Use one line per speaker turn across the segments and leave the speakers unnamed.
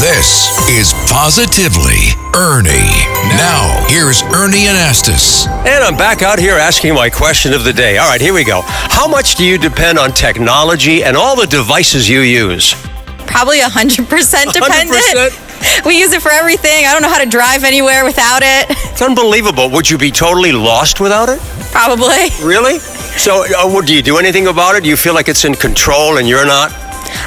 This is Positively Ernie. Now, here's Ernie Anastas.
And I'm back out here asking my question of the day. All right, here we go. How much do you depend on technology and all the devices you use?
probably 100% dependent.
100%?
We use it for everything. I don't know how to drive anywhere without it.
It's unbelievable. Would you be totally lost without it?
Probably.
Really? So, uh, what- do you do anything about it? Do you feel like it's in control and you're not?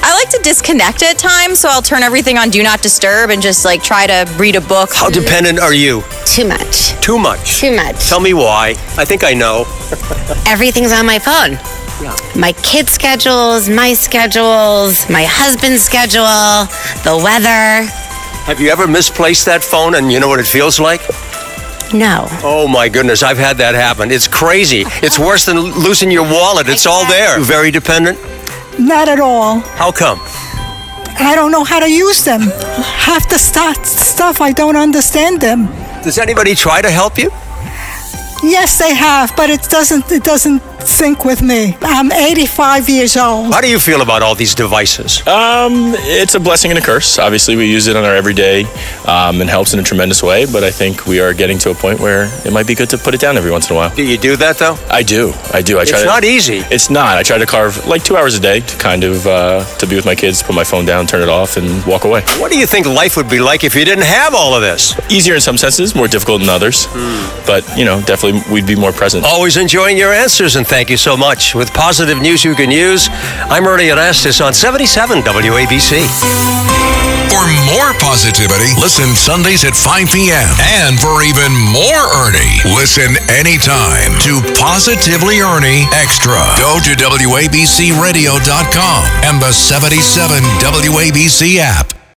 I like to disconnect at times, so I'll turn everything on do not disturb and just like try to read a book.
How dependent are you?
Too much.
Too much.
Too much.
Tell me why. I think I know.
Everything's on my phone. My kids' schedules, my schedules, my husband's schedule, the weather.
Have you ever misplaced that phone and you know what it feels like?
No.
Oh my goodness, I've had that happen. It's crazy. It's worse than losing your wallet. It's all there. You very dependent?
Not at all.
How come?
I don't know how to use them. Half the stu- stuff, I don't understand them.
Does anybody try to help you?
Yes, they have, but it doesn't. It doesn't sync with me. I'm 85 years old.
How do you feel about all these devices?
Um, it's a blessing and a curse. Obviously, we use it on our everyday um, and helps in a tremendous way. But I think we are getting to a point where it might be good to put it down every once in a while.
Do you do that though?
I do. I do. I try.
It's
to,
not e- easy.
It's not. I try to carve like two hours a day to kind of uh, to be with my kids, put my phone down, turn it off, and walk away.
What do you think life would be like if you didn't have all of this?
Easier in some senses, more difficult in others.
Hmm.
But you know, definitely we'd be more present.
Always enjoying your answers and thank you so much. With positive news you can use, I'm Ernie Anastas on 77 WABC.
For more positivity, listen Sundays at 5 p.m. And for even more Ernie, listen anytime to Positively Ernie Extra. Go to WABCRadio.com and the 77 WABC app.